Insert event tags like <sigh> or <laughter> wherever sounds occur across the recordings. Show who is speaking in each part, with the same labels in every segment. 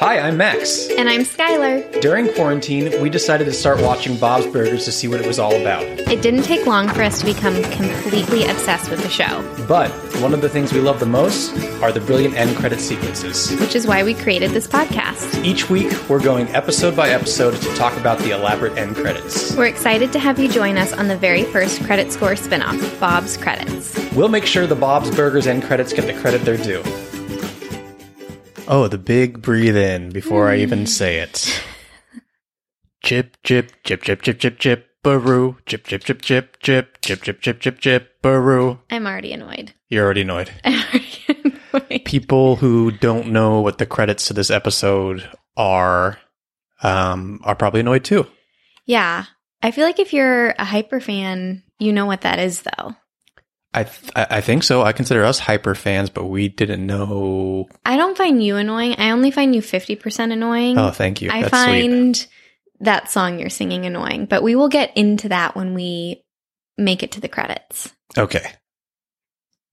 Speaker 1: Hi, I'm Max.
Speaker 2: And I'm Skylar.
Speaker 1: During quarantine, we decided to start watching Bob's Burgers to see what it was all about.
Speaker 2: It didn't take long for us to become completely obsessed with the show,
Speaker 1: But one of the things we love the most are the brilliant end credit sequences.
Speaker 2: which is why we created this podcast.
Speaker 1: Each week, we're going episode by episode to talk about the elaborate end credits.
Speaker 2: We're excited to have you join us on the very first credit score spinoff, Bob's Credits.
Speaker 1: We'll make sure the Bob's Burgers end credits get the credit they're due. Oh, the big breathe in before I even say it.
Speaker 3: Chip, chip, chip, chip, chip, chip, chip, baroo. Chip, chip, chip, chip, chip, chip, chip, chip, chip, chip, baroo.
Speaker 2: I'm already annoyed. <laughs>
Speaker 3: You're already annoyed.
Speaker 2: I'm already annoyed.
Speaker 3: People who don't know what the credits to this episode are um, are probably annoyed too.
Speaker 2: Yeah. I feel like if you're a hyper fan, you know what that is, though.
Speaker 3: I th- I I think so. I consider us hyper fans, but we didn't know.
Speaker 2: I don't find you annoying. I only find you 50% annoying.
Speaker 3: Oh, thank you.
Speaker 2: Mm, I
Speaker 3: That's sweet.
Speaker 2: find that song you're singing annoying, but we will get into that when we make it to the credits.
Speaker 3: Okay.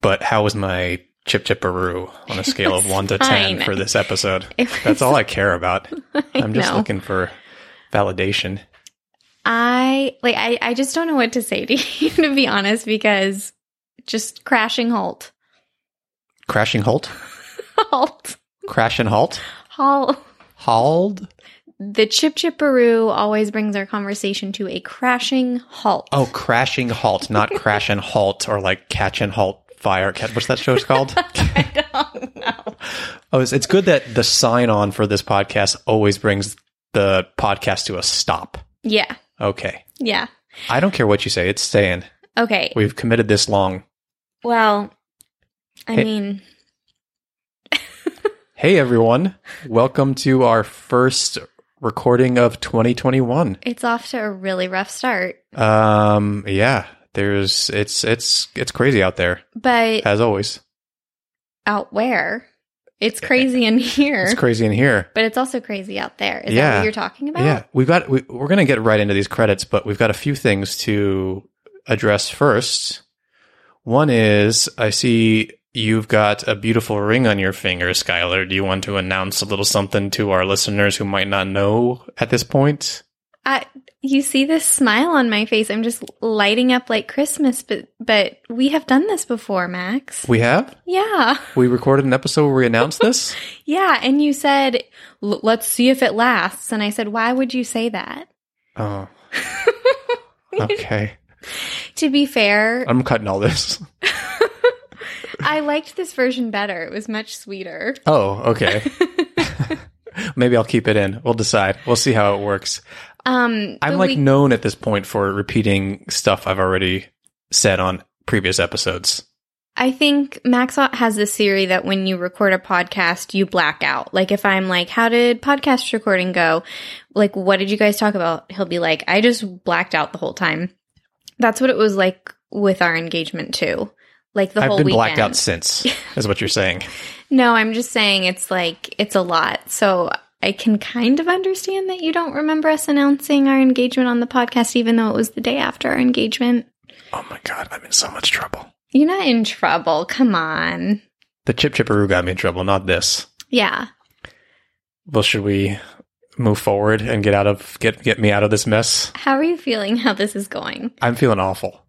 Speaker 3: But how was my chip, chip, baroo on
Speaker 2: <laughs>
Speaker 3: a scale of
Speaker 2: It's
Speaker 3: 1 to 10
Speaker 2: fine.
Speaker 3: for this episode?
Speaker 2: It
Speaker 3: That's
Speaker 2: was-
Speaker 3: all I care about.
Speaker 2: <laughs> I
Speaker 3: I'm just
Speaker 2: know.
Speaker 3: looking for validation.
Speaker 2: I like I, I just don't know what to say to <laughs> you to be honest because just crashing halt. <laughs>
Speaker 3: Crashing halt?
Speaker 2: Halt.
Speaker 3: Crash and halt?
Speaker 2: Halt.
Speaker 3: Hauled?
Speaker 2: The chip chipperoo always brings our conversation to a crashing halt.
Speaker 3: Oh, crashing halt, not crash and halt or like catch and halt fire. Cat- What's that show's called?
Speaker 2: <laughs> I don't know.
Speaker 3: oh, it's, it's good that the sign on for this podcast always brings the podcast to a stop.
Speaker 2: Yeah.
Speaker 3: Okay.
Speaker 2: Yeah.
Speaker 3: I don't care what you say. It's staying.
Speaker 2: Okay.
Speaker 3: We've committed this long.
Speaker 2: Well, I
Speaker 3: Hey.
Speaker 2: mean,
Speaker 3: Hey, everyone. Welcome to our first recording of 2021.
Speaker 2: it's off to a really rough start,
Speaker 3: Um, yeah, there's, it's, it's, it's crazy out there
Speaker 2: but
Speaker 3: as always.
Speaker 2: out where? It's crazy in <laughs> here,
Speaker 3: It's crazy in here.
Speaker 2: but it's also crazy out there. Is that
Speaker 3: Yeah.
Speaker 2: what you're talking about?
Speaker 3: Yeah, we've got we, we're going to get right into these credits, but we've got a few things to address first. One is I see you've got a beautiful ring on your finger, Skylar. Do you want to announce a little something to our listeners who might not know at this point?
Speaker 2: I, you see this smile on my face. I'm just lighting up like Christmas, but but we have done this before, Max.
Speaker 3: We have
Speaker 2: yeah,
Speaker 3: we recorded an episode where we announced this.
Speaker 2: yeah. And you said, "L- "Let's see if it lasts." And I said, "Why would you say that?"
Speaker 3: Oh, okay.
Speaker 2: To be fair,
Speaker 3: I'm cutting all this.
Speaker 2: I liked this version better. It was much sweeter.
Speaker 3: Oh,
Speaker 2: <laughs>
Speaker 3: okay. Maybe I'll keep it in. We'll decide. We'll see how it works.
Speaker 2: Um,
Speaker 3: I'm
Speaker 2: but
Speaker 3: like
Speaker 2: we-
Speaker 3: known at this point for repeating stuff I've already said on previous episodes.
Speaker 2: I think Maxot has this theory that when you record a podcast, you black out. Like if I'm like, how did podcast recording go? Like, what did you guys talk about? He'll be like, I just blacked out the whole time. That's what it was like with our engagement too. Like the
Speaker 3: I've
Speaker 2: whole
Speaker 3: been
Speaker 2: weekend.
Speaker 3: blacked out
Speaker 2: <laughs>
Speaker 3: since, is what you're saying.
Speaker 2: no, I'm just saying it's like it's a lot. So I can kind of understand that you don't remember us announcing our engagement on the podcast, even though it was the day after our engagement.
Speaker 3: Oh my god, I'm in so much trouble.
Speaker 2: You're not in trouble. Come on.
Speaker 3: The chip chipperoo got me in trouble, not this.
Speaker 2: Yeah.
Speaker 3: Well, should we move forward and get out of get get me out of this mess?
Speaker 2: How are you feeling? How this is going?
Speaker 3: I'm feeling awful.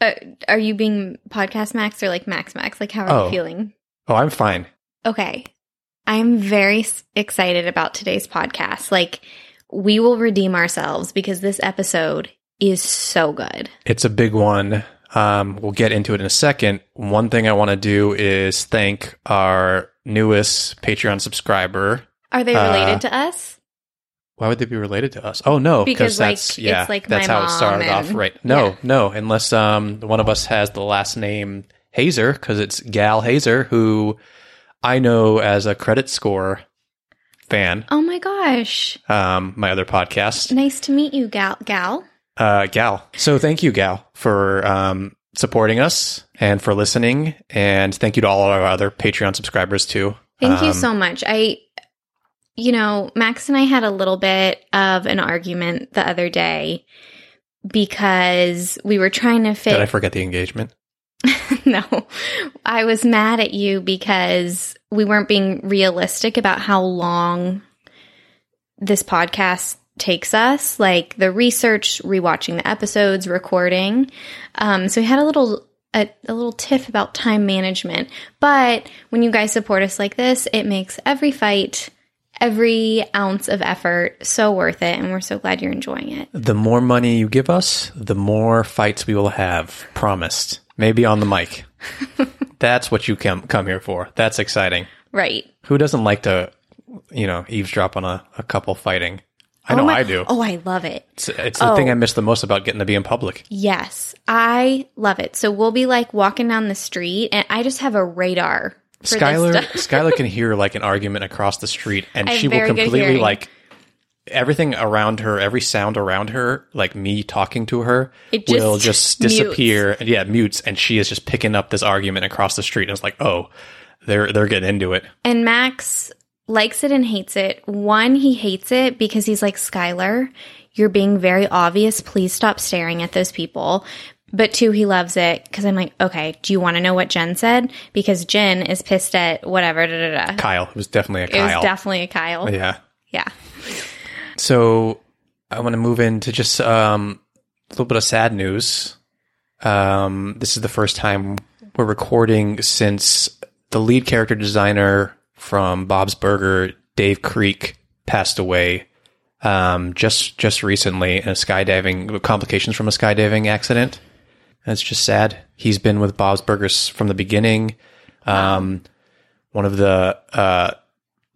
Speaker 2: Uh, are you being podcast max or like max max? Like how are
Speaker 3: Oh.
Speaker 2: you feeling?
Speaker 3: Oh, I'm fine.
Speaker 2: Okay. I'm very s- excited about today's podcast. Like, we will redeem ourselves because this episode is so good.
Speaker 3: It's a big one. Um, we'll get into it in a second. One thing I want to do is thank our newest Patreon subscriber.
Speaker 2: Are they
Speaker 3: Uh.
Speaker 2: related to us?
Speaker 3: Why would they be related to us? Oh no,
Speaker 2: Because, like,
Speaker 3: that's yeah,
Speaker 2: it's like
Speaker 3: that's
Speaker 2: my
Speaker 3: how it
Speaker 2: mom
Speaker 3: started off,
Speaker 2: and-
Speaker 3: right? No,
Speaker 2: yeah.
Speaker 3: no, unless um one of us has the last name Hazer because it's Gal Hazer, who I know as a credit score fan.
Speaker 2: Oh my gosh.
Speaker 3: Um, my other podcast,
Speaker 2: Nice to meet you, gal. Gal.
Speaker 3: uh, Gal. So thank you, Gal, for um supporting us and for listening, and thank you to all our other Patreon subscribers too.
Speaker 2: Thank you
Speaker 3: Um,
Speaker 2: so much. I, you know, Max and I had a little bit of an argument the other day because we were trying to fit.
Speaker 3: Did I forget the engagement?
Speaker 2: <laughs> no, I was mad at you because we weren't being realistic about how long this podcast takes us like the research rewatching the episodes recording um, so we had a little a, a little tiff about time management but when you guys support us like this it makes every fight every ounce of effort so worth it and we're so glad you're enjoying it
Speaker 3: The more money you give us, the more fights we will have. Promised. Maybe on the
Speaker 2: <laughs>
Speaker 3: mic. That's what you come come here for. That's exciting.
Speaker 2: right
Speaker 3: Who doesn't like to, you know, eavesdrop on a, a couple fighting? I know
Speaker 2: oh my-
Speaker 3: I do.
Speaker 2: oh i love it
Speaker 3: It's, it's the thing I miss the most about getting to be in public.
Speaker 2: Yes, I love it. So we'll be like walking down the street, and I just have a radar. For this
Speaker 3: Skylar
Speaker 2: stuff. <laughs>
Speaker 3: Skylar can hear like an argument across the street and
Speaker 2: I have
Speaker 3: she will
Speaker 2: very good
Speaker 3: completely
Speaker 2: hearing.
Speaker 3: like everything around her, every sound around her, like me talking to her,
Speaker 2: It
Speaker 3: will just
Speaker 2: just
Speaker 3: disappear. And yeah, mutes and she is just picking up this argument across the street and it's like, "Oh, they're they're getting into it."
Speaker 2: And Max likes it and hates it. One, he hates it because he's like, Skylar, you're being very obvious. Please stop staring at those people. But two, he loves it because I'm like, okay, do you want to know what Jen said? Because Jen is pissed at whatever. Da, da, da.
Speaker 3: Kyle, it was definitely a
Speaker 2: It was
Speaker 3: Kyle.
Speaker 2: definitely a Kyle.
Speaker 3: yeah.
Speaker 2: yeah.
Speaker 3: So I want to move into just um, a little bit of sad news. Um, this is the first time we're recording since the lead character designer from Bob's Burger, Dave Creek, passed away um, just just recently in a skydiving complications from a skydiving accident. That's just sad. He's been with Bob's Burgers from the beginning. Um, one of the uh,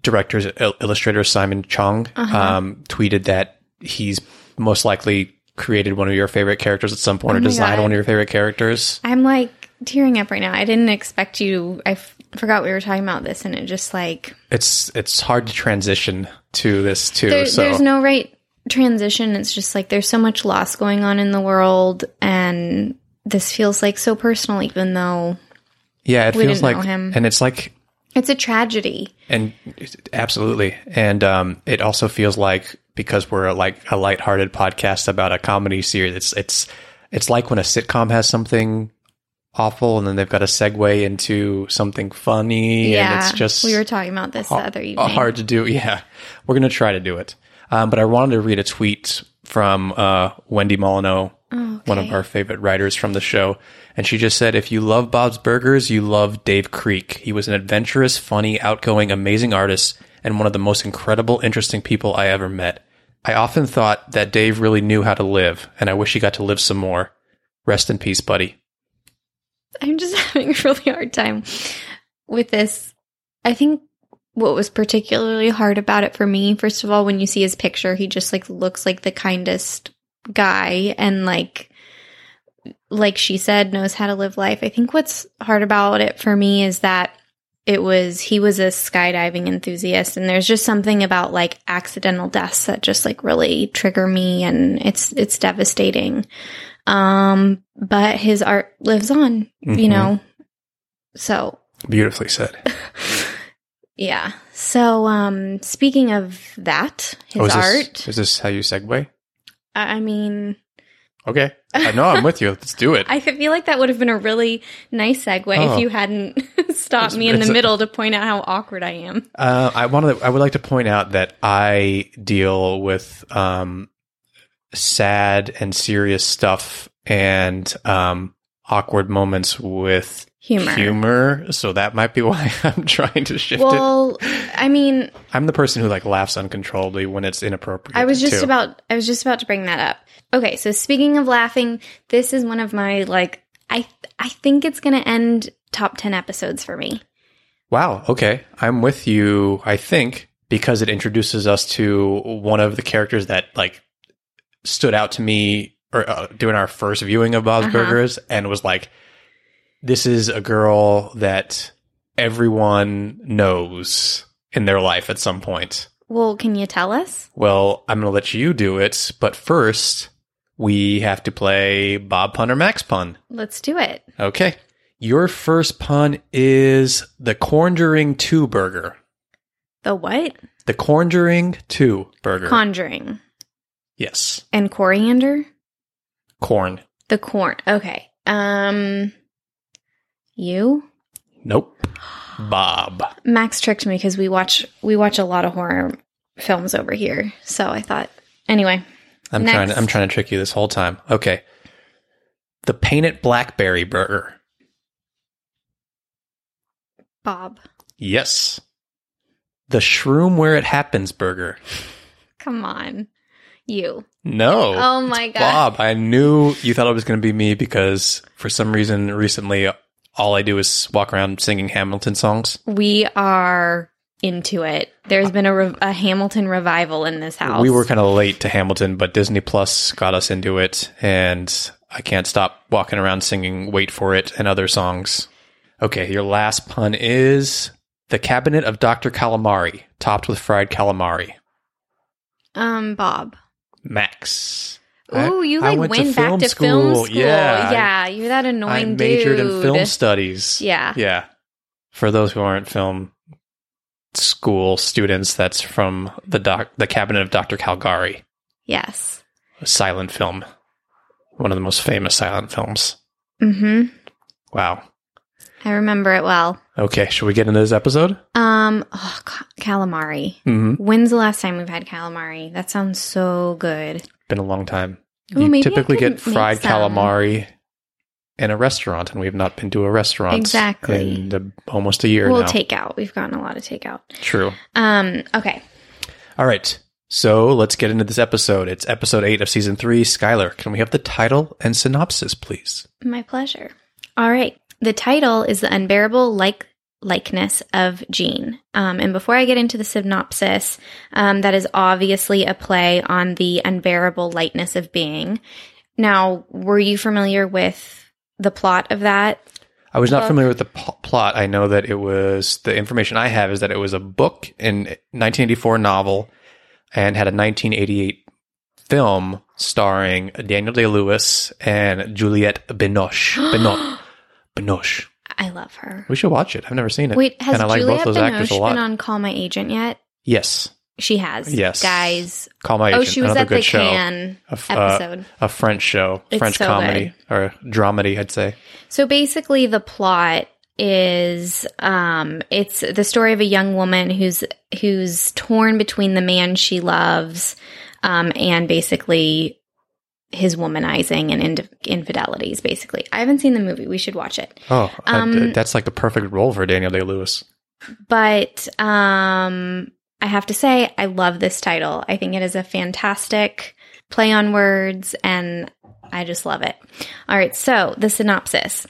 Speaker 3: directors, il- illustrator Simon Chung,
Speaker 2: Uh-huh.
Speaker 3: um, tweeted that he's most likely created one of your favorite characters at some point or designed
Speaker 2: Oh God.
Speaker 3: one of your favorite characters.
Speaker 2: I'm like tearing up right now. I didn't expect you. I f- forgot we were talking about this, and it just like
Speaker 3: It's it's hard to transition to this too.
Speaker 2: There-
Speaker 3: so
Speaker 2: There's no right transition. It's just like there's so much loss going on in the world, and this feels like so personal, even though
Speaker 3: yeah, it
Speaker 2: we
Speaker 3: feels
Speaker 2: didn't
Speaker 3: like
Speaker 2: know him.
Speaker 3: and it's like
Speaker 2: it's a tragedy.
Speaker 3: And absolutely. And um, it also feels like because we're like a lighthearted podcast about a comedy series, it's it's it's like when a sitcom has something awful and then they've got to segue into something funny and it's just
Speaker 2: we were talking about this the other
Speaker 3: <laughs>
Speaker 2: evening.
Speaker 3: hard to do. Yeah. We're gonna try to do it. Um, but I wanted to read a tweet from uh, Wendy Molyneux,
Speaker 2: Oh,
Speaker 3: one of our favorite writers from the show. And she just said, If you love Bob's Burgers, you love Dave Creek. He was an adventurous, funny, outgoing, amazing artist and one of the most incredible, interesting people I ever met. I often thought that Dave really knew how to live, and I wish he got to live some more. Rest in peace, buddy.
Speaker 2: <laughs> I'm just <laughs> having a really hard time with this. I think what was particularly hard about it for me, first of all, when you see his picture, he just like looks like the kindest guy and like like she said knows how to live life. I think what's hard about it for me is that it was he was a skydiving enthusiast and there's just something about like accidental deaths that just like really trigger me and it's it's devastating. Um but his art lives on, you
Speaker 3: Mhm.
Speaker 2: know. So,
Speaker 3: Beautifully said.
Speaker 2: yeah. So, um, speaking of that, his
Speaker 3: Oh, is
Speaker 2: art.
Speaker 3: This, is this how you segue?
Speaker 2: I I mean,
Speaker 3: Okay. I know I'm with you. Let's do it.
Speaker 2: <laughs> I feel like that would have been a really nice segue
Speaker 3: Oh.
Speaker 2: if you hadn't <laughs> stopped me in
Speaker 3: it's
Speaker 2: the
Speaker 3: a-
Speaker 2: middle to point out how awkward I am.
Speaker 3: Uh, I wanted. I would like to point out that I deal with um, sad and serious stuff and um, awkward moments with
Speaker 2: humor.
Speaker 3: humor, so that might be <laughs> why I'm trying to shift it.
Speaker 2: Well, I mean,
Speaker 3: I'm the person who like laughs uncontrollably when it's inappropriate.
Speaker 2: I was just
Speaker 3: too.
Speaker 2: about I was just about to bring that up. Okay, so speaking of laughing, this is one of my like I I think it's going to end top 10 episodes for me.
Speaker 3: Wow, okay. I'm with you, I think, because it introduces us to one of the characters that like stood out to me or uh, during our first viewing of Bob's
Speaker 2: Uh-huh.
Speaker 3: Burgers and was like this is a girl that everyone knows in their life at some point.
Speaker 2: Well, can you tell us?
Speaker 3: Well, I'm going to let you do it, but first we have to play Bob Pun or Max Pun.
Speaker 2: Let's do it.
Speaker 3: Okay. Your first pun is the Conjuring 2 burger.
Speaker 2: The what?
Speaker 3: The Conjuring 2 burger.
Speaker 2: Conjuring
Speaker 3: yes.
Speaker 2: and coriander?
Speaker 3: Corn.
Speaker 2: The corn. Okay. Um you?
Speaker 3: Nope. Bob.
Speaker 2: Max tricked me cuz we watch we watch a lot of horror films over here. So I thought anyway,
Speaker 3: I'm
Speaker 2: Next.
Speaker 3: trying I'm trying to trick you this whole time. Okay. The painted blackberry burger.
Speaker 2: Bob.
Speaker 3: Yes. The shroom where it happens burger.
Speaker 2: Come on. You.
Speaker 3: No.
Speaker 2: Oh my
Speaker 3: It's
Speaker 2: God.
Speaker 3: Bob, I knew you thought it was going to be me because for some reason recently all I do is walk around singing Hamilton songs.
Speaker 2: We are into it. There's been a, rev- a Hamilton revival in this house.
Speaker 3: We were kind of late to Hamilton, but Disney Plus got us into it, and I can't stop walking around singing Wait for It and other songs. Okay, your last pun is The Cabinet of Dr. Calamari, topped with fried calamari.
Speaker 2: um Bob.
Speaker 3: Max. I-
Speaker 2: Ooh, you
Speaker 3: I
Speaker 2: like went, back to film school.
Speaker 3: Yeah.
Speaker 2: yeah, you're that
Speaker 3: I
Speaker 2: annoying
Speaker 3: majored
Speaker 2: dude.
Speaker 3: in film studies.
Speaker 2: Yeah.
Speaker 3: Yeah. For those who aren't film school students, that's from the doc, the Cabinet of Dr. Calgary,
Speaker 2: Yes.
Speaker 3: a silent film, one of the most famous silent films.
Speaker 2: Mhm.
Speaker 3: Wow.
Speaker 2: I remember it well.
Speaker 3: Okay, should we get into this episode?
Speaker 2: Um oh, ca- calamari.
Speaker 3: Mm-hmm.
Speaker 2: When's the last time we've had calamari? That sounds so good.
Speaker 3: Been a long time.
Speaker 2: Ooh,
Speaker 3: you
Speaker 2: maybe I
Speaker 3: typically
Speaker 2: can
Speaker 3: get fried
Speaker 2: make some.
Speaker 3: calamari in a restaurant, and we've not been to a restaurant
Speaker 2: Exactly.
Speaker 3: in uh, almost a year
Speaker 2: Well,
Speaker 3: now.
Speaker 2: takeout. We've gotten a lot of takeout.
Speaker 3: True.
Speaker 2: Um okay.
Speaker 3: All right. So let's get into this episode. It's episode eight of season three. Skylar, can we have the title and synopsis, please?
Speaker 2: My pleasure. All right. The title is The Unbearable Like Likeness of Jean. Um, and before I get into the synopsis, um, that is obviously a play on the unbearable lightness of being. Now, were you familiar with the plot of that?
Speaker 3: I was not
Speaker 2: Book.
Speaker 3: familiar with the pl- plot. I know that it was the information I have is that it was a book in 1984 novel and had a 1988 film starring Daniel Day Lewis and Juliette
Speaker 2: <gasps>
Speaker 3: Binoche. Binoche. Binoche.
Speaker 2: I love her.
Speaker 3: We should watch it. I've never seen it.
Speaker 2: Wait, has
Speaker 3: and I like
Speaker 2: Juliette
Speaker 3: both those actors a
Speaker 2: Binoche
Speaker 3: lot.
Speaker 2: been on Call My Agent yet?
Speaker 3: yes.
Speaker 2: She has.
Speaker 3: Yes.
Speaker 2: Guys.
Speaker 3: Call my
Speaker 2: Oh,
Speaker 3: agent.
Speaker 2: she was
Speaker 3: Another
Speaker 2: at
Speaker 3: good
Speaker 2: the
Speaker 3: show.
Speaker 2: Can
Speaker 3: A f- uh,
Speaker 2: episode.
Speaker 3: a French show,
Speaker 2: It's
Speaker 3: French
Speaker 2: so
Speaker 3: comedy or dramedy, I'd say.
Speaker 2: So basically, the plot is um, it's the story of a young woman who's who's torn between the man she loves um, and basically his womanizing and ind- infidelities. Basically, I haven't seen the movie. We should watch it.
Speaker 3: Oh, I-
Speaker 2: Um,
Speaker 3: that's like the perfect role for Daniel Day Lewis.
Speaker 2: But um, I have to say, I love this title. I think it is a fantastic play on words, and I just love it. All right, so the synopsis.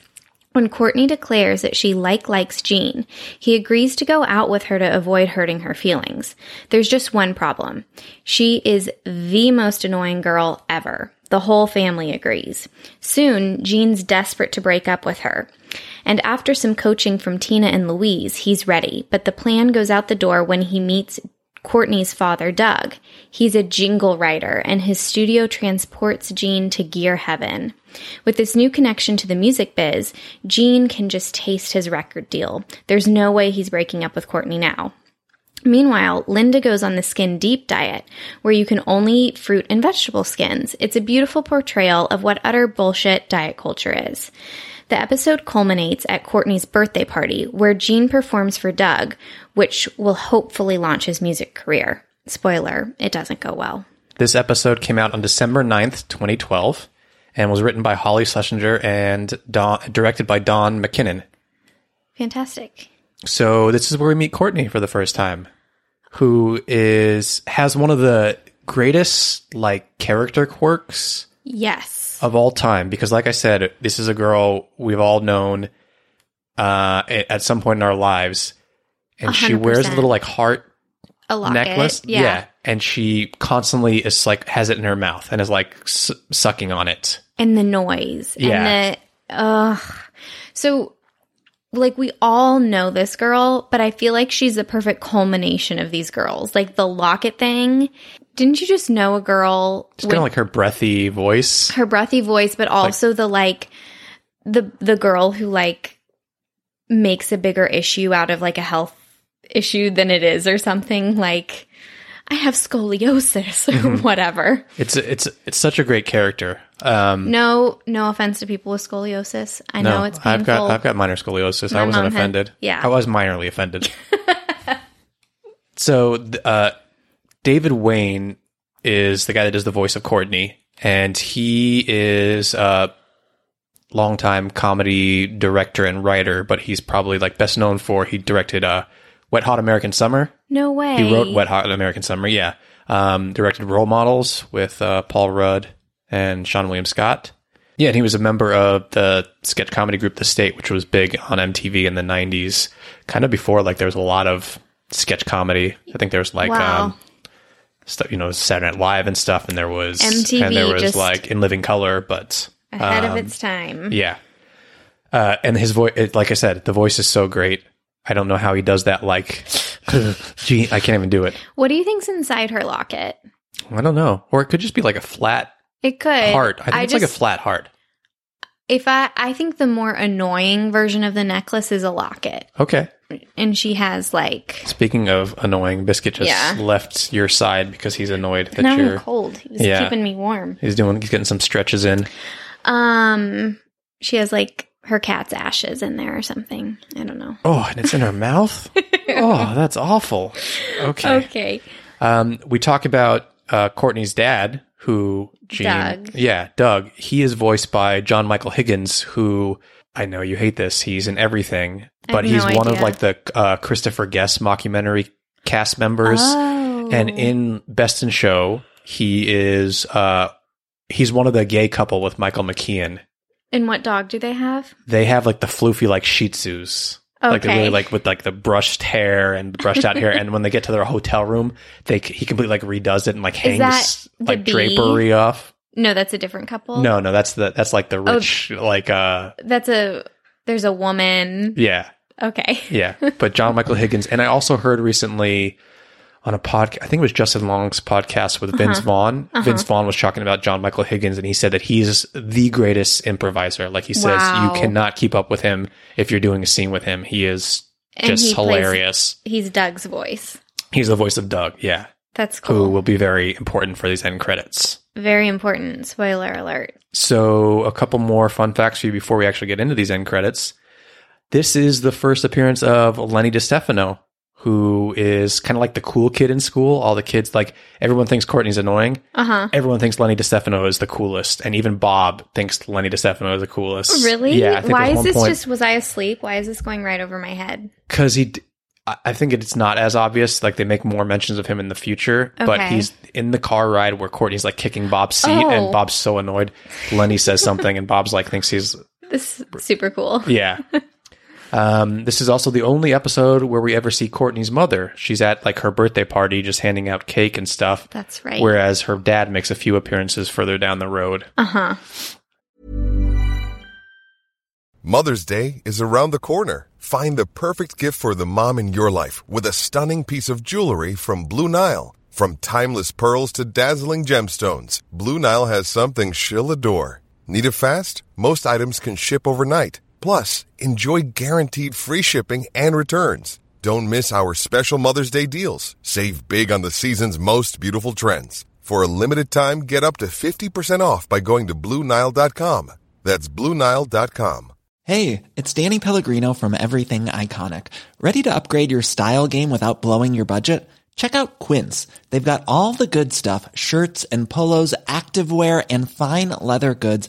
Speaker 2: When Courtney declares that she like likes Jean, he agrees to go out with her to avoid hurting her feelings. There's just one problem. She is the most annoying girl ever. The whole family agrees. Soon, Jean's desperate to break up with her. And after some coaching from Tina and Louise, he's ready, but the plan goes out the door when he meets Courtney's father, Doug. He's a jingle writer, and his studio transports Gene to gear heaven. With this new connection to the music biz, Gene can just taste his record deal. There's no way he's breaking up with Courtney now. Meanwhile, Linda goes on the skin deep diet, where you can only eat fruit and vegetable skins. It's a beautiful portrayal of what utter bullshit diet culture is. The episode culminates at Courtney's birthday party, where Gene performs for Doug, which will hopefully launch his music career. Spoiler, it doesn't go well.
Speaker 3: This episode came out on December 9th, 2012, and was written by Holly Schlesinger and Don, directed by Don McKinnon.
Speaker 2: Fantastic.
Speaker 3: So this is where we meet Courtney for the first time, who is has one of the greatest like character quirks
Speaker 2: Yes.
Speaker 3: of all time because like I said, this is a girl we've all known uh a- at some point in our lives and she wears a
Speaker 2: 100%.
Speaker 3: little like heart
Speaker 2: A locket.
Speaker 3: necklace.
Speaker 2: Yeah.
Speaker 3: and she constantly is like has it in her mouth and is like s- sucking on it.
Speaker 2: And the noise.
Speaker 3: Yeah.
Speaker 2: And the ugh. So like we all know this girl, but I feel like she's the perfect culmination of these girls. Like the locket thing. Didn't you just know a girl
Speaker 3: It's kind of like her breathy voice.
Speaker 2: her breathy voice, but also the like the the girl who like makes a bigger issue out of like a health issue than it is or something like I have scoliosis
Speaker 3: Mm-hmm.
Speaker 2: or whatever.
Speaker 3: It's it's it's such a great character. Um,
Speaker 2: No, no offense to people with scoliosis. I know it's painful.
Speaker 3: I've got I've got minor scoliosis.
Speaker 2: My
Speaker 3: I wasn't
Speaker 2: mom had-
Speaker 3: offended.
Speaker 2: yeah.
Speaker 3: I was minorly
Speaker 2: <laughs>
Speaker 3: offended. so th- uh, David Wayne is the guy that does the voice of Courtney, and he is a longtime comedy director and writer. But he's probably like best known for he directed uh, Wet Hot American Summer.
Speaker 2: no way.
Speaker 3: He wrote Wet Hot American Summer. Yeah, um, directed Role Models with uh, Paul Rudd and Sean William Scott. Yeah, and he was a member of the sketch comedy group The State, which was big on MTV in the '90s, kind of before like there was a lot of sketch comedy. I think there was like
Speaker 2: Wow.
Speaker 3: um, stuff, you know, Saturday Night Live and stuff, and there was
Speaker 2: MTV
Speaker 3: and there was
Speaker 2: just-
Speaker 3: like In Living Color, but
Speaker 2: ahead
Speaker 3: um,
Speaker 2: of its time.
Speaker 3: yeah. Uh, and his voice, like I said, the voice is so great. I don't know how he does that. Like, <laughs> gee, I can't even do it.
Speaker 2: What do you think's inside her locket?
Speaker 3: I don't know. Or it could just be like a flat
Speaker 2: It could.
Speaker 3: heart. I think it's like a
Speaker 2: just-
Speaker 3: flat heart.
Speaker 2: If I, I think the more annoying version of the necklace is a locket,
Speaker 3: Okay.
Speaker 2: and she has like.
Speaker 3: Speaking of annoying, Biscuit just
Speaker 2: Yeah.
Speaker 3: left your side because he's annoyed that
Speaker 2: Now I'm
Speaker 3: you're
Speaker 2: cold. He was
Speaker 3: Yeah.
Speaker 2: keeping me warm.
Speaker 3: he's doing he's getting some stretches in.
Speaker 2: Um, she has like her cat's ashes in there or something. I don't know.
Speaker 3: Oh, and it's in her <laughs> mouth? Oh, that's awful. Okay.
Speaker 2: Okay.
Speaker 3: Um we talk about uh Courtney's dad who Gene
Speaker 2: Doug.
Speaker 3: Yeah, Doug. He is voiced by John Michael Higgins who I know you hate this. He's in everything,
Speaker 2: I
Speaker 3: but
Speaker 2: have
Speaker 3: he's
Speaker 2: no
Speaker 3: one of
Speaker 2: idea.
Speaker 3: like the uh, Christopher Guest mockumentary cast members.
Speaker 2: Oh.
Speaker 3: and in Best in Show, he is uh he's one of the gay couple with Michael McKean.
Speaker 2: and what dog do they have?
Speaker 3: They have like the floofy like Shih Tzus. Like they're
Speaker 2: Okay.
Speaker 3: really like with like the brushed hair and the brushed
Speaker 2: <laughs>
Speaker 3: out hair, and when they get to their hotel room, they he completely like redoes it and like
Speaker 2: Is
Speaker 3: hangs
Speaker 2: that the
Speaker 3: like
Speaker 2: bee?
Speaker 3: drapery off.
Speaker 2: No, that's a different couple.
Speaker 3: No, no, that's the that's like the
Speaker 2: Oh,
Speaker 3: rich like uh
Speaker 2: that's a. There's a woman.
Speaker 3: yeah
Speaker 2: Okay.
Speaker 3: yeah. But John Michael Higgins, and I also heard recently on a podcast, I think it was Justin Long's podcast with Vince
Speaker 2: Uh-huh.
Speaker 3: Vaughn. Vince Vaughn was talking about John Michael Higgins, and he said that he's the greatest improviser. Like he says,
Speaker 2: Wow.
Speaker 3: you cannot keep up with him if you're doing a scene with him. He is
Speaker 2: And
Speaker 3: just
Speaker 2: he plays-
Speaker 3: hilarious.
Speaker 2: He's Doug's voice.
Speaker 3: he's the voice of Doug, yeah,
Speaker 2: That's cool.
Speaker 3: who will be very important for these end credits.
Speaker 2: Very important. Spoiler alert.
Speaker 3: So, a couple more fun facts for you before we actually get into these end credits. This is the first appearance of Lenny DiStefano, who is kind of like the cool kid in school. All the kids, like, everyone thinks Courtney's annoying.
Speaker 2: Uh huh.
Speaker 3: Everyone thinks Lenny DiStefano is the coolest. And even Bob thinks Lenny DiStefano is the coolest.
Speaker 2: Oh, Really?
Speaker 3: Yeah. I think
Speaker 2: Why
Speaker 3: there's
Speaker 2: is
Speaker 3: one
Speaker 2: this
Speaker 3: point-
Speaker 2: just? Was I asleep? Why is this going right over my head?
Speaker 3: because he d- I- i think it's not as obvious like they make more mentions of him in the future but
Speaker 2: Okay.
Speaker 3: he's in the car ride where courtney's like kicking bob's seat
Speaker 2: Oh.
Speaker 3: and bob's so annoyed lenny says something and bob's like thinks he's
Speaker 2: This is super cool.
Speaker 3: yeah um, this is also the only episode where we ever see courtney's mother she's at like her birthday party just handing out cake and stuff
Speaker 2: That's right.
Speaker 3: whereas her dad makes a few appearances further down the road
Speaker 2: Uh huh.
Speaker 4: Mother's Day is around the corner. Find the perfect gift for the mom in your life with a stunning piece of jewelry from Blue Nile. From timeless pearls to dazzling gemstones, Blue Nile has something she'll adore. Need it fast? Most items can ship overnight. Plus, enjoy guaranteed free shipping and returns. Don't miss our special Mother's Day deals. Save big on the season's most beautiful trends. For a limited time, get up to 50% off by going to Blue Nile.com. That's Blue Nile.com.
Speaker 5: Hey, it's Danny Pellegrino from Everything Iconic. Ready to upgrade your style game without blowing your budget? Check out Quince. They've got all the good stuff, shirts and polos, activewear and fine leather goods,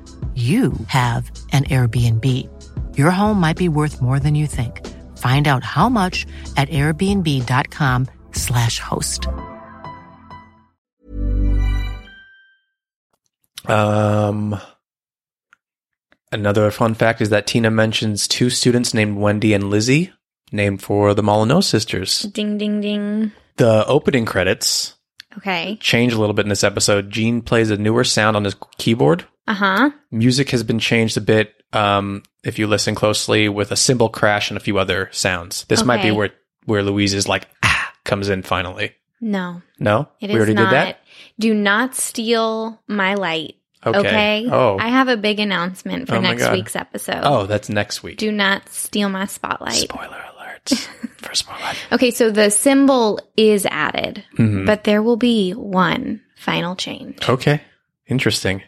Speaker 6: you have an Airbnb. Your home might be worth more than you think. Find out how much at airbnb.com/slash host.
Speaker 3: Um, another fun fact is that Tina mentions two students named Wendy and Lizzie, named for the Molyneux sisters.
Speaker 2: Ding, ding, ding.
Speaker 3: The opening credits
Speaker 2: Okay.
Speaker 3: change a little bit in this episode. Gene plays a newer sound on his keyboard.
Speaker 2: Uh huh.
Speaker 3: Music has been changed a bit. Um, if you listen closely, with a cymbal crash and a few other sounds, this might be
Speaker 2: Okay.
Speaker 3: where where Louise's like ah comes in finally.
Speaker 2: No,
Speaker 3: No,
Speaker 2: it is
Speaker 3: we already
Speaker 2: not.
Speaker 3: did that.
Speaker 2: Do not steal my light.
Speaker 3: Okay.
Speaker 2: Okay.
Speaker 3: Oh.
Speaker 2: I have a big announcement for
Speaker 3: Oh my
Speaker 2: next
Speaker 3: God.
Speaker 2: week's episode.
Speaker 3: Oh, that's next week.
Speaker 2: Do not steal my spotlight.
Speaker 3: Spoiler
Speaker 2: <laughs>
Speaker 3: alert for Smallwood.
Speaker 2: Okay, so the symbol is added,
Speaker 3: Mhm.
Speaker 2: but there will be one final change.
Speaker 3: Okay, interesting.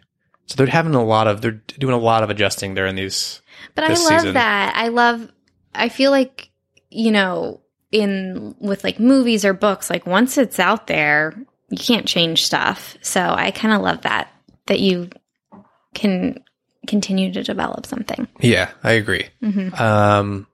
Speaker 3: So they're having a lot of they're doing a lot of adjusting there in these.
Speaker 2: But I
Speaker 3: this
Speaker 2: love
Speaker 3: season.
Speaker 2: that. I love. I feel like you know, in with like movies or books, like once it's out there, you can't change stuff. So I kind of love that that you can continue to develop something.
Speaker 3: Yeah, I agree.
Speaker 2: Mm-hmm.
Speaker 3: Um,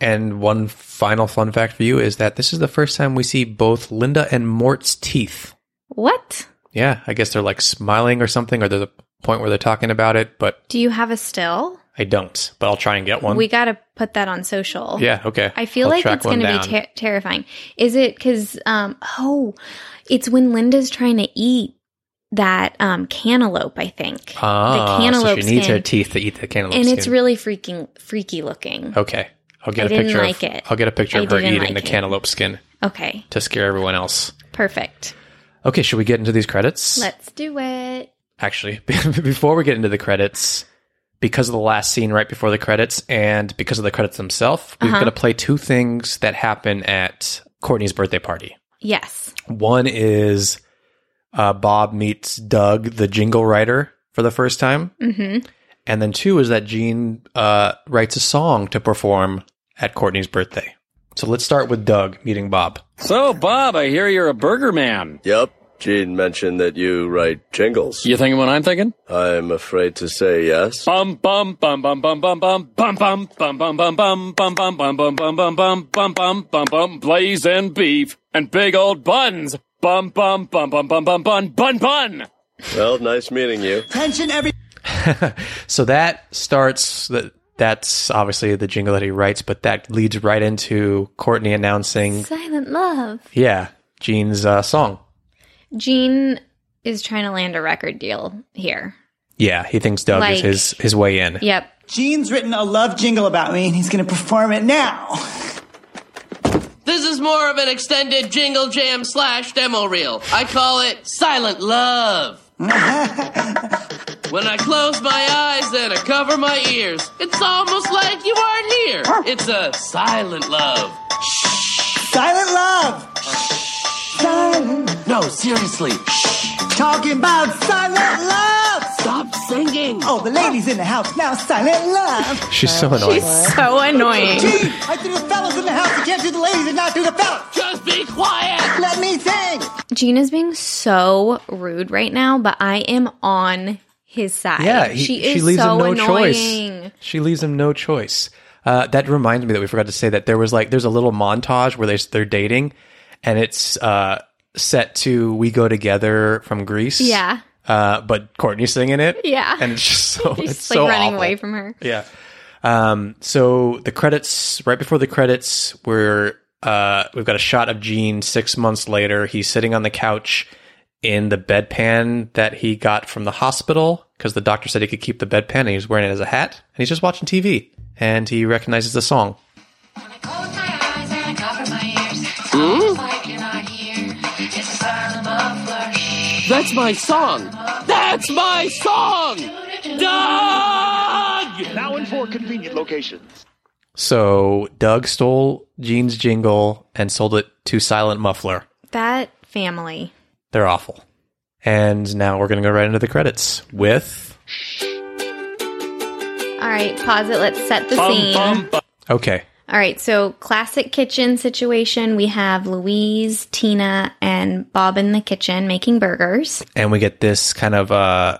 Speaker 3: and one final fun fact for you is that this is the first time we see both Linda and Mort's teeth.
Speaker 2: What
Speaker 3: Yeah, I guess they're like smiling or something, or there's a point where they're talking about it, but
Speaker 2: do you have a still?
Speaker 3: I don't. But I'll try and get one.
Speaker 2: We got to put that on social.
Speaker 3: yeah, okay.
Speaker 2: I feel
Speaker 3: I'll
Speaker 2: like
Speaker 3: track
Speaker 2: it's
Speaker 3: one
Speaker 2: going to be
Speaker 3: down.
Speaker 2: ter- terrifying. Is it because, um, oh, it's when Linda's trying to eat that um, cantaloupe, I think.
Speaker 3: ah,
Speaker 2: the cantaloupe
Speaker 3: so she needs
Speaker 2: skin.
Speaker 3: her teeth to eat the cantaloupe
Speaker 2: and it's
Speaker 3: skin. Oh.
Speaker 2: really freaking freaky looking.
Speaker 3: okay. I'll get
Speaker 2: I
Speaker 3: a
Speaker 2: didn't
Speaker 3: picture.
Speaker 2: like
Speaker 3: of,
Speaker 2: it.
Speaker 3: I'll get a picture
Speaker 2: I
Speaker 3: of her
Speaker 2: didn't
Speaker 3: eating
Speaker 2: like
Speaker 3: the
Speaker 2: it.
Speaker 3: cantaloupe skin
Speaker 2: Okay,
Speaker 3: to scare everyone else.
Speaker 2: perfect.
Speaker 3: Okay, should we get into these credits?
Speaker 2: Let's do it.
Speaker 3: Actually, <laughs> before we get into the credits, because of the last scene right before the credits and because of the credits themselves, we're
Speaker 2: Uh-huh.
Speaker 3: going to play two things that happen at Courtney's birthday party.
Speaker 2: Yes.
Speaker 3: One is uh, Bob meets Doug, the jingle writer, for the first time.
Speaker 2: Mm-hmm.
Speaker 3: And then two is that Gene uh, writes a song to perform at Courtney's birthday. So let's start with Doug meeting Bob.
Speaker 7: So, Bob, I hear you're a burger man.
Speaker 8: Yep. Gene mentioned that you write jingles.
Speaker 7: You thinking what I'm thinking?
Speaker 8: I'm afraid to say yes.
Speaker 7: Bum bum bum bum bum bum bum bum bum bum bum bum bum bum bum bum bum bum bum bum bum bum bum bum blaze and beef and big old buns. Bum bum bum bum bum bum bun bun bun.
Speaker 8: Well, nice meeting you.
Speaker 3: So that starts that that's obviously the jingle that he writes, but that leads right into Courtney announcing
Speaker 2: Silent love.
Speaker 3: yeah, Gene's uh, song.
Speaker 2: Gene is trying to land a record deal here.
Speaker 3: Yeah, he thinks Doug is
Speaker 2: Like-
Speaker 3: his his way in.
Speaker 2: Yep.
Speaker 9: Gene's written a love jingle about me, and he's going to perform it now.
Speaker 6: This is more of an extended jingle jam slash demo reel. I call it
Speaker 9: <laughs>
Speaker 6: Silent Love. when I close my eyes and I cover my ears, it's almost like you aren't here. It's a silent love.
Speaker 9: Silent love. Silent.
Speaker 8: No, seriously.
Speaker 9: Talking about silent love.
Speaker 8: Stop singing.
Speaker 9: Oh, the ladies in the house now. Silent love.
Speaker 3: She's so annoying.
Speaker 2: So annoying.
Speaker 9: Gene, I threw the fellas in the house. You can't do the ladies and not do the fellas.
Speaker 8: Just be quiet.
Speaker 9: Let me sing.
Speaker 2: Gene is being so rude right now, but I am on his side.
Speaker 3: Yeah, he-
Speaker 2: she is
Speaker 3: leaves
Speaker 2: so
Speaker 3: him no
Speaker 2: annoying.
Speaker 3: choice. She leaves him no choice. Uh, that reminds me that we forgot to say that there was like there's a little montage where they they're dating, and it's uh, set to "We Go Together" from Greece.
Speaker 2: Yeah.
Speaker 3: uh, but Courtney's singing it.
Speaker 2: Yeah.
Speaker 3: and it's just so
Speaker 2: <laughs> He's
Speaker 3: it's
Speaker 2: like
Speaker 3: so
Speaker 2: running
Speaker 3: awful.
Speaker 2: away from her.
Speaker 3: Yeah. Um, so the credits, right before the credits, we're uh, we've got a shot of Gene six months later. He's sitting on the couch in the bedpan that he got from the hospital because the doctor said he could keep the bedpan and he was wearing it as a hat and he's just watching TV and he recognizes the song.
Speaker 8: Hmm? That's my song. That's my song. Doug.
Speaker 10: Now in four convenient locations.
Speaker 3: So Doug stole Gene's jingle and sold it to Silent Muffler.
Speaker 2: That family.
Speaker 3: They're awful. And now we're going to go right into the credits with
Speaker 2: All right, pause it. Let's set the scene.
Speaker 3: okay.
Speaker 2: All right, so classic kitchen situation. We have Louise, Tina, and Bob in the kitchen making burgers.
Speaker 3: and we get this kind of uh,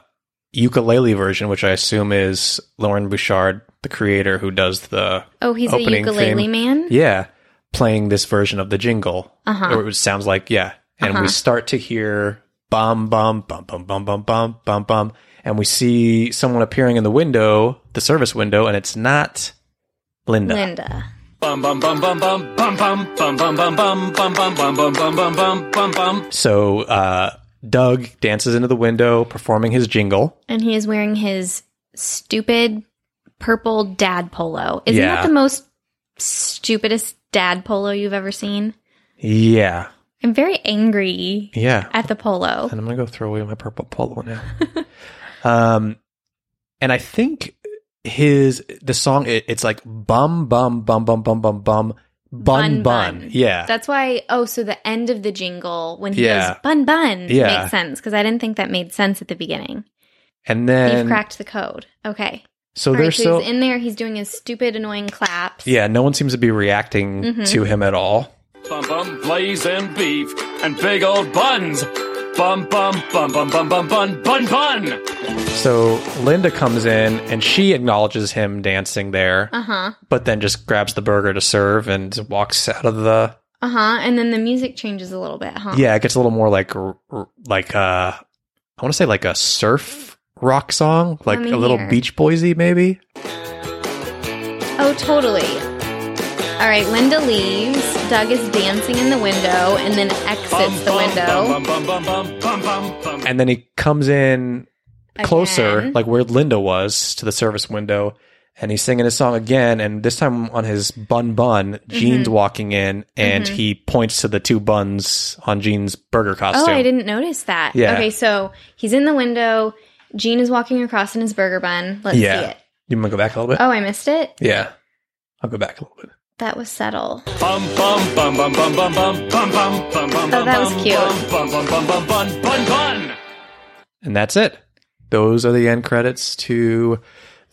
Speaker 3: ukulele version, which I assume is Lauren Bouchard, the creator who does the
Speaker 2: Oh, he's a
Speaker 3: opening
Speaker 2: ukulele
Speaker 3: theme.
Speaker 2: man?
Speaker 3: Yeah, playing this version of the jingle,
Speaker 2: Uh-huh.
Speaker 3: or it sounds like yeah. And
Speaker 2: Uh-huh.
Speaker 3: we start to hear bum bum bum bum bum bum bum bum bum, and we see someone appearing in the window, the service window, and it's not Linda.
Speaker 2: Linda.
Speaker 7: Bum bum bum bum bum bum bum bum bum bum bum bum bum bum bum bum bum bum bum bum.
Speaker 3: So uh, Doug dances into the window, performing his jingle.
Speaker 2: And he is wearing his stupid purple dad polo. Isn't
Speaker 3: Yeah.
Speaker 2: that the most stupidest dad polo you've ever seen?
Speaker 3: Yeah,
Speaker 2: I'm very angry
Speaker 3: yeah.
Speaker 2: at the polo.
Speaker 3: And I'm gonna go throw away my purple polo now. <laughs> um, and I think his the song it, it's like bum bum bum bum bum bum bum bun bun. Yeah,
Speaker 2: That's why, oh, so the end of the jingle when he
Speaker 3: Yeah.
Speaker 2: goes bun bun
Speaker 3: Yeah.
Speaker 2: makes sense because I didn't think that made sense at the beginning.
Speaker 3: and
Speaker 2: You've
Speaker 3: then
Speaker 2: cracked the code. Okay.
Speaker 3: so
Speaker 2: All right,
Speaker 3: they're still
Speaker 2: he's in there. He's doing his stupid, annoying claps.
Speaker 3: yeah. No one seems to be reacting
Speaker 2: Mhm.
Speaker 3: to him at all.
Speaker 7: Bum bum blaze and beef and big old buns. Bum bum bum bum bum bum bun bun bun.
Speaker 3: So Linda comes in and she acknowledges him dancing there,
Speaker 2: Uh huh.
Speaker 3: but then just grabs the burger to serve and walks out of the.
Speaker 2: Uh huh. And then the music changes a little bit, huh?
Speaker 3: Yeah, it gets a little more like r- r- like uh, I want to say like a surf rock song, like
Speaker 2: me
Speaker 3: a little
Speaker 2: hear.
Speaker 3: Beach Boysy maybe.
Speaker 2: Oh, totally. All right. Linda leaves. Doug is dancing in the window and then exits the window.
Speaker 7: Bum bum bum bum bum bum bum.
Speaker 3: And then he comes in closer,
Speaker 2: Again.
Speaker 3: like where Linda was to the service window, and he's singing his song again. And this time on his bun bun, Gene's
Speaker 2: Mhm.
Speaker 3: walking in, and
Speaker 2: Mhm.
Speaker 3: he points to the two buns on Gene's burger costume.
Speaker 2: Oh, I didn't notice that.
Speaker 3: Yeah.
Speaker 2: Okay. So he's in the window. Gene is walking across in his burger bun. Let's
Speaker 3: yeah,
Speaker 2: see it.
Speaker 3: you want to go back a little bit?
Speaker 2: Oh, I missed it.
Speaker 3: yeah, I'll go back a little bit.
Speaker 2: That was subtle.
Speaker 7: Bum bum bum bum bum bum bum bum bum bum bum.
Speaker 2: Oh, that was
Speaker 7: bum,
Speaker 2: cute.
Speaker 7: Bum bum bum bum bum bun bun.
Speaker 3: And that's it. Those are the end credits to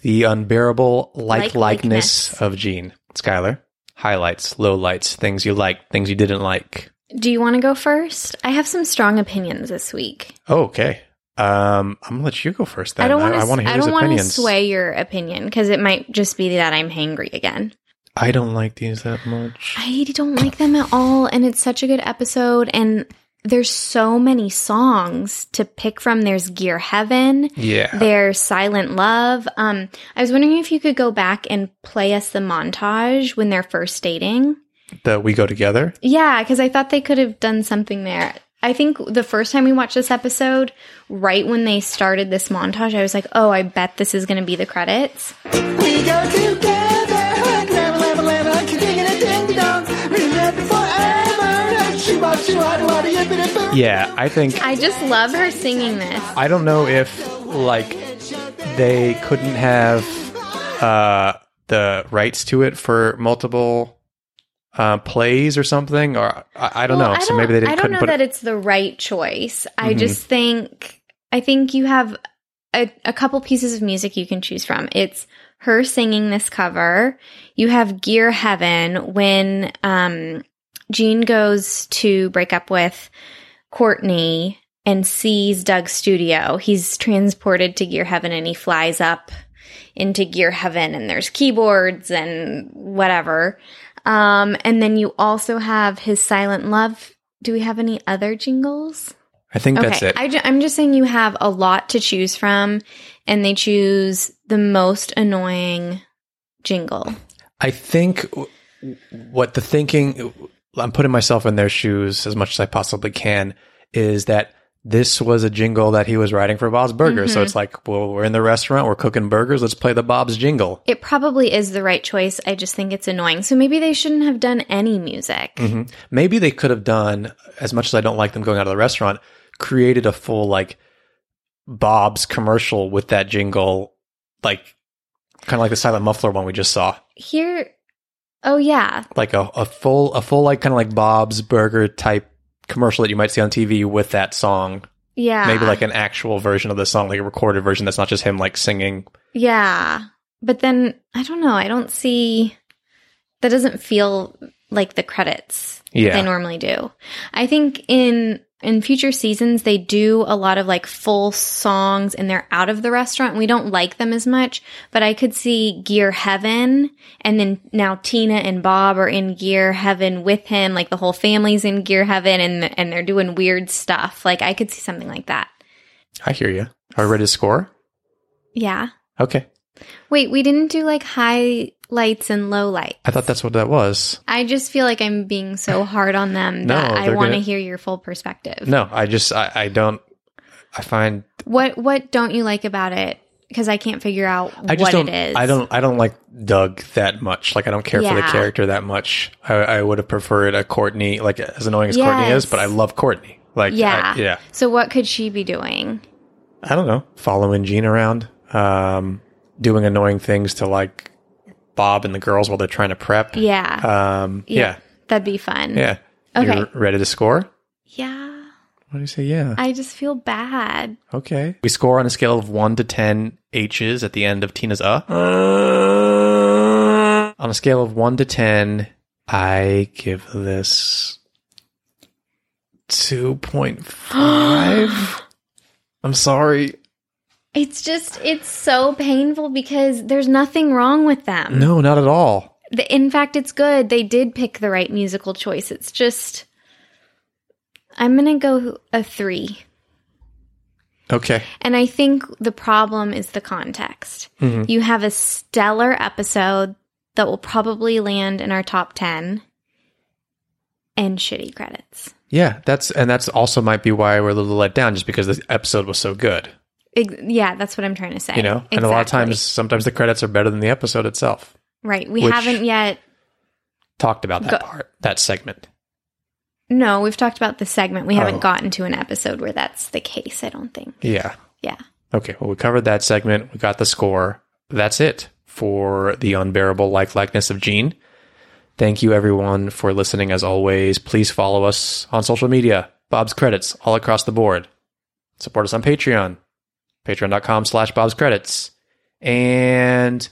Speaker 3: the unbearable like likeness of Gene. Skylar, highlights, lowlights, things you liked, things you didn't like.
Speaker 2: Do you want to go first? I have some strong opinions this week.
Speaker 3: Oh, okay. Um, I'm gonna let you go first. Then
Speaker 2: I don't
Speaker 3: I,
Speaker 2: want
Speaker 3: want to
Speaker 2: to.
Speaker 3: hear
Speaker 2: I
Speaker 3: his
Speaker 2: don't want to
Speaker 3: opinions.
Speaker 2: sway your opinion because it might just be that I'm hangry again.
Speaker 3: I don't like these that much.
Speaker 2: I don't like them at all, and it's such a good episode. And there's so many songs to pick from. There's Gear Heaven.
Speaker 3: Yeah.
Speaker 2: There's Silent Love. Um, I was wondering if you could go back and play us the montage when they're first dating.
Speaker 3: That we go together.
Speaker 2: Yeah, because I thought they could have done something there. I think the first time we watched this episode, right when they started this montage, I was like, oh, I bet this is going to be the credits.
Speaker 8: We go together. Never, never, never. Like a ding and a ding dong. Remember forever. She walks you out. What do you been about?
Speaker 3: Yeah, I think
Speaker 2: I just love her singing this.
Speaker 3: I don't know if like they couldn't have uh the rights to it for multiple uh plays or something or I, I don't
Speaker 2: Well,
Speaker 3: know.
Speaker 2: I
Speaker 3: so maybe they
Speaker 2: I
Speaker 3: didn't,
Speaker 2: don't
Speaker 3: couldn't
Speaker 2: know
Speaker 3: put
Speaker 2: that
Speaker 3: it.
Speaker 2: it's the right choice. I
Speaker 3: Mhm.
Speaker 2: just think I think you have a, a couple pieces of music you can choose from. It's her singing this cover. You have Gear Heaven when um, Jean goes to break up with Courtney and sees Doug's studio. He's transported to Gear Heaven and he flies up into Gear Heaven and there's keyboards and whatever. Um, and then you also have his Silent Love. Do we have any other jingles?
Speaker 3: I think that's it.
Speaker 2: I ju- I'm just saying you have a lot to choose from, and they choose the most annoying jingle.
Speaker 3: I think w- what the thinking, I'm putting myself in their shoes as much as I possibly can, is that this was a jingle that he was writing for Bob's Burgers. So
Speaker 2: Mhm.
Speaker 3: it's like, well, we're in the restaurant, we're cooking burgers, let's play the Bob's jingle.
Speaker 2: It probably is the right choice. I just think it's annoying. So maybe they shouldn't have done any music.
Speaker 3: hmm Maybe they could have done, as much as I don't like them going out of the restaurant, created a full like Bob's commercial with that jingle, like kind of like the silent muffler one we just saw,
Speaker 2: Here, oh yeah,
Speaker 3: like a, a full a full like kind of like Bob's Burger type commercial that you might see on TV with that song.
Speaker 2: yeah,
Speaker 3: Maybe like an actual version of the song, like a recorded version that's not just him like singing.
Speaker 2: yeah. But then I don't know. I don't see that. Doesn't feel like the credits
Speaker 3: Yeah.
Speaker 2: they normally do. I think in in future seasons they do a lot of like full songs and they're out of the restaurant. We don't like them as much, but I could see Gear Heaven and then now Tina and Bob are in Gear Heaven with him, like the whole family's in Gear Heaven and and they're doing weird stuff. Like I could see something like that.
Speaker 3: I hear you. Are we ready to score?
Speaker 2: Yeah.
Speaker 3: Okay.
Speaker 2: Wait, we didn't do like highlights and lowlights.
Speaker 3: I thought that's what that was.
Speaker 2: I just feel like I'm being so hard on them
Speaker 3: No,
Speaker 2: that I
Speaker 3: they're
Speaker 2: want to
Speaker 3: gonna-
Speaker 2: hear your full perspective.
Speaker 3: No, I just I, I don't I find
Speaker 2: What what don't you like about it? Because I can't figure out
Speaker 3: I
Speaker 2: what
Speaker 3: just don't.
Speaker 2: it is.
Speaker 3: I don't. I don't like Doug that much. Like I don't care for the
Speaker 2: Yeah.
Speaker 3: character that much. I, I would have preferred a Courtney. Like as annoying as Courtney is,
Speaker 2: Yes.
Speaker 3: but I love Courtney. Like I-
Speaker 2: yeah.
Speaker 3: yeah.
Speaker 2: So what could she be doing?
Speaker 3: I don't know. Following Gene around, um, doing annoying things to like Bob and the girls while they're trying to prep.
Speaker 2: Yeah.
Speaker 3: Um. Uh, Yeah.
Speaker 2: That'd be fun.
Speaker 3: Yeah.
Speaker 2: Okay.
Speaker 3: You're ready to score?
Speaker 2: Yeah.
Speaker 3: What do you say? Yeah.
Speaker 2: I just feel bad.
Speaker 3: okay. We score on a scale of one to ten H's at the end of Tina's uh. On a scale of one to ten, I give this two point five. <gasps> I'm sorry.
Speaker 2: It's just it's so painful because there's nothing wrong with them.
Speaker 3: No, not at all.
Speaker 2: The, in fact, it's good. They did pick the right musical choice. It's just I'm going to go a 3.
Speaker 3: Okay.
Speaker 2: And I think the problem is the context.
Speaker 3: Mhm.
Speaker 2: You have a stellar episode that will probably land in our top 10 and shitty credits.
Speaker 3: Yeah, that's and that's also might be why we're a little let down, just because the episode was so good.
Speaker 2: Ex- yeah, that's what I'm trying to say.
Speaker 3: You know, and a lot of times, sometimes the credits are better than the episode itself.
Speaker 2: Right. We
Speaker 3: which-
Speaker 2: haven't yet.
Speaker 3: Talked about that
Speaker 2: Go-
Speaker 3: part, that segment.
Speaker 2: No, we've talked about the segment. We
Speaker 3: Oh.
Speaker 2: haven't gotten to an episode where that's the case, I don't think.
Speaker 3: Yeah.
Speaker 2: Yeah.
Speaker 3: Okay. Well, we covered that segment. We got the score. That's it for the unbearable like likeness of Gene. Thank you, everyone, for listening. As always, please follow us on social media. Bob's credits all across the board. Support us on Patreon, patreon.com slash Bob's credits. And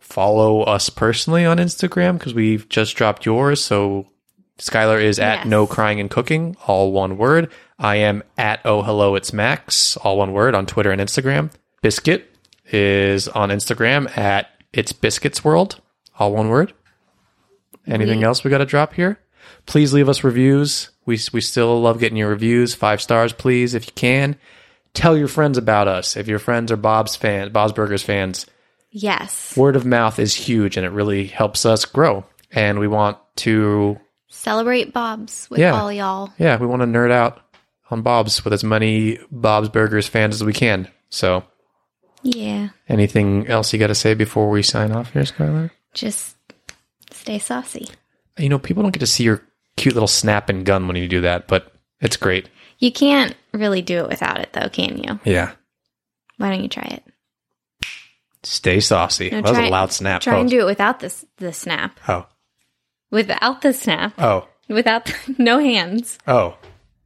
Speaker 3: follow us personally on Instagram because we've just dropped yours. So Skylar is at
Speaker 2: Yes.
Speaker 3: no crying and cooking, all one word. I am at oh hello it's Max, all one word on Twitter and Instagram. Biscuit is on Instagram at it's biscuits world, all one word. Anything
Speaker 11: We-
Speaker 3: else we got to drop here? Please leave us reviews. We we still love getting your reviews. Five stars, please, if you can. Tell your friends about us. If your friends are Bob's fans, Bob's Burgers fans,
Speaker 2: Yes.
Speaker 3: word of mouth is huge and it really helps us grow. And we want to,
Speaker 2: Celebrate Bob's with
Speaker 3: Yeah.
Speaker 2: all y'all.
Speaker 3: yeah, we want to nerd out on Bob's with as many Bob's Burgers fans as we can. So,
Speaker 2: Yeah.
Speaker 3: anything else you got to say before we sign off here, Skylar?
Speaker 2: Just stay saucy.
Speaker 3: You know, people don't get to see your cute little snap and gun when you do that, but it's great.
Speaker 2: You can't really do it without it, though, can you?
Speaker 3: Yeah.
Speaker 2: Why don't you try it?
Speaker 3: Stay saucy.
Speaker 2: No,
Speaker 3: that was
Speaker 2: try-
Speaker 3: a loud snap.
Speaker 2: Try and
Speaker 3: Oh.
Speaker 2: do it without this the snap.
Speaker 3: Oh.
Speaker 2: Without the snap.
Speaker 3: Oh.
Speaker 2: Without <laughs> the, no hands.
Speaker 3: Oh.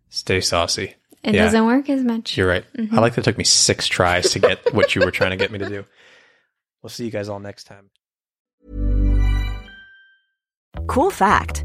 Speaker 3: Stay saucy.
Speaker 2: It
Speaker 3: Yeah.
Speaker 2: doesn't work as much.
Speaker 3: You're right.
Speaker 2: Mhm.
Speaker 3: I like that it took me six tries to get what you were trying to get me to do. We'll see you guys all next time.
Speaker 12: Cool fact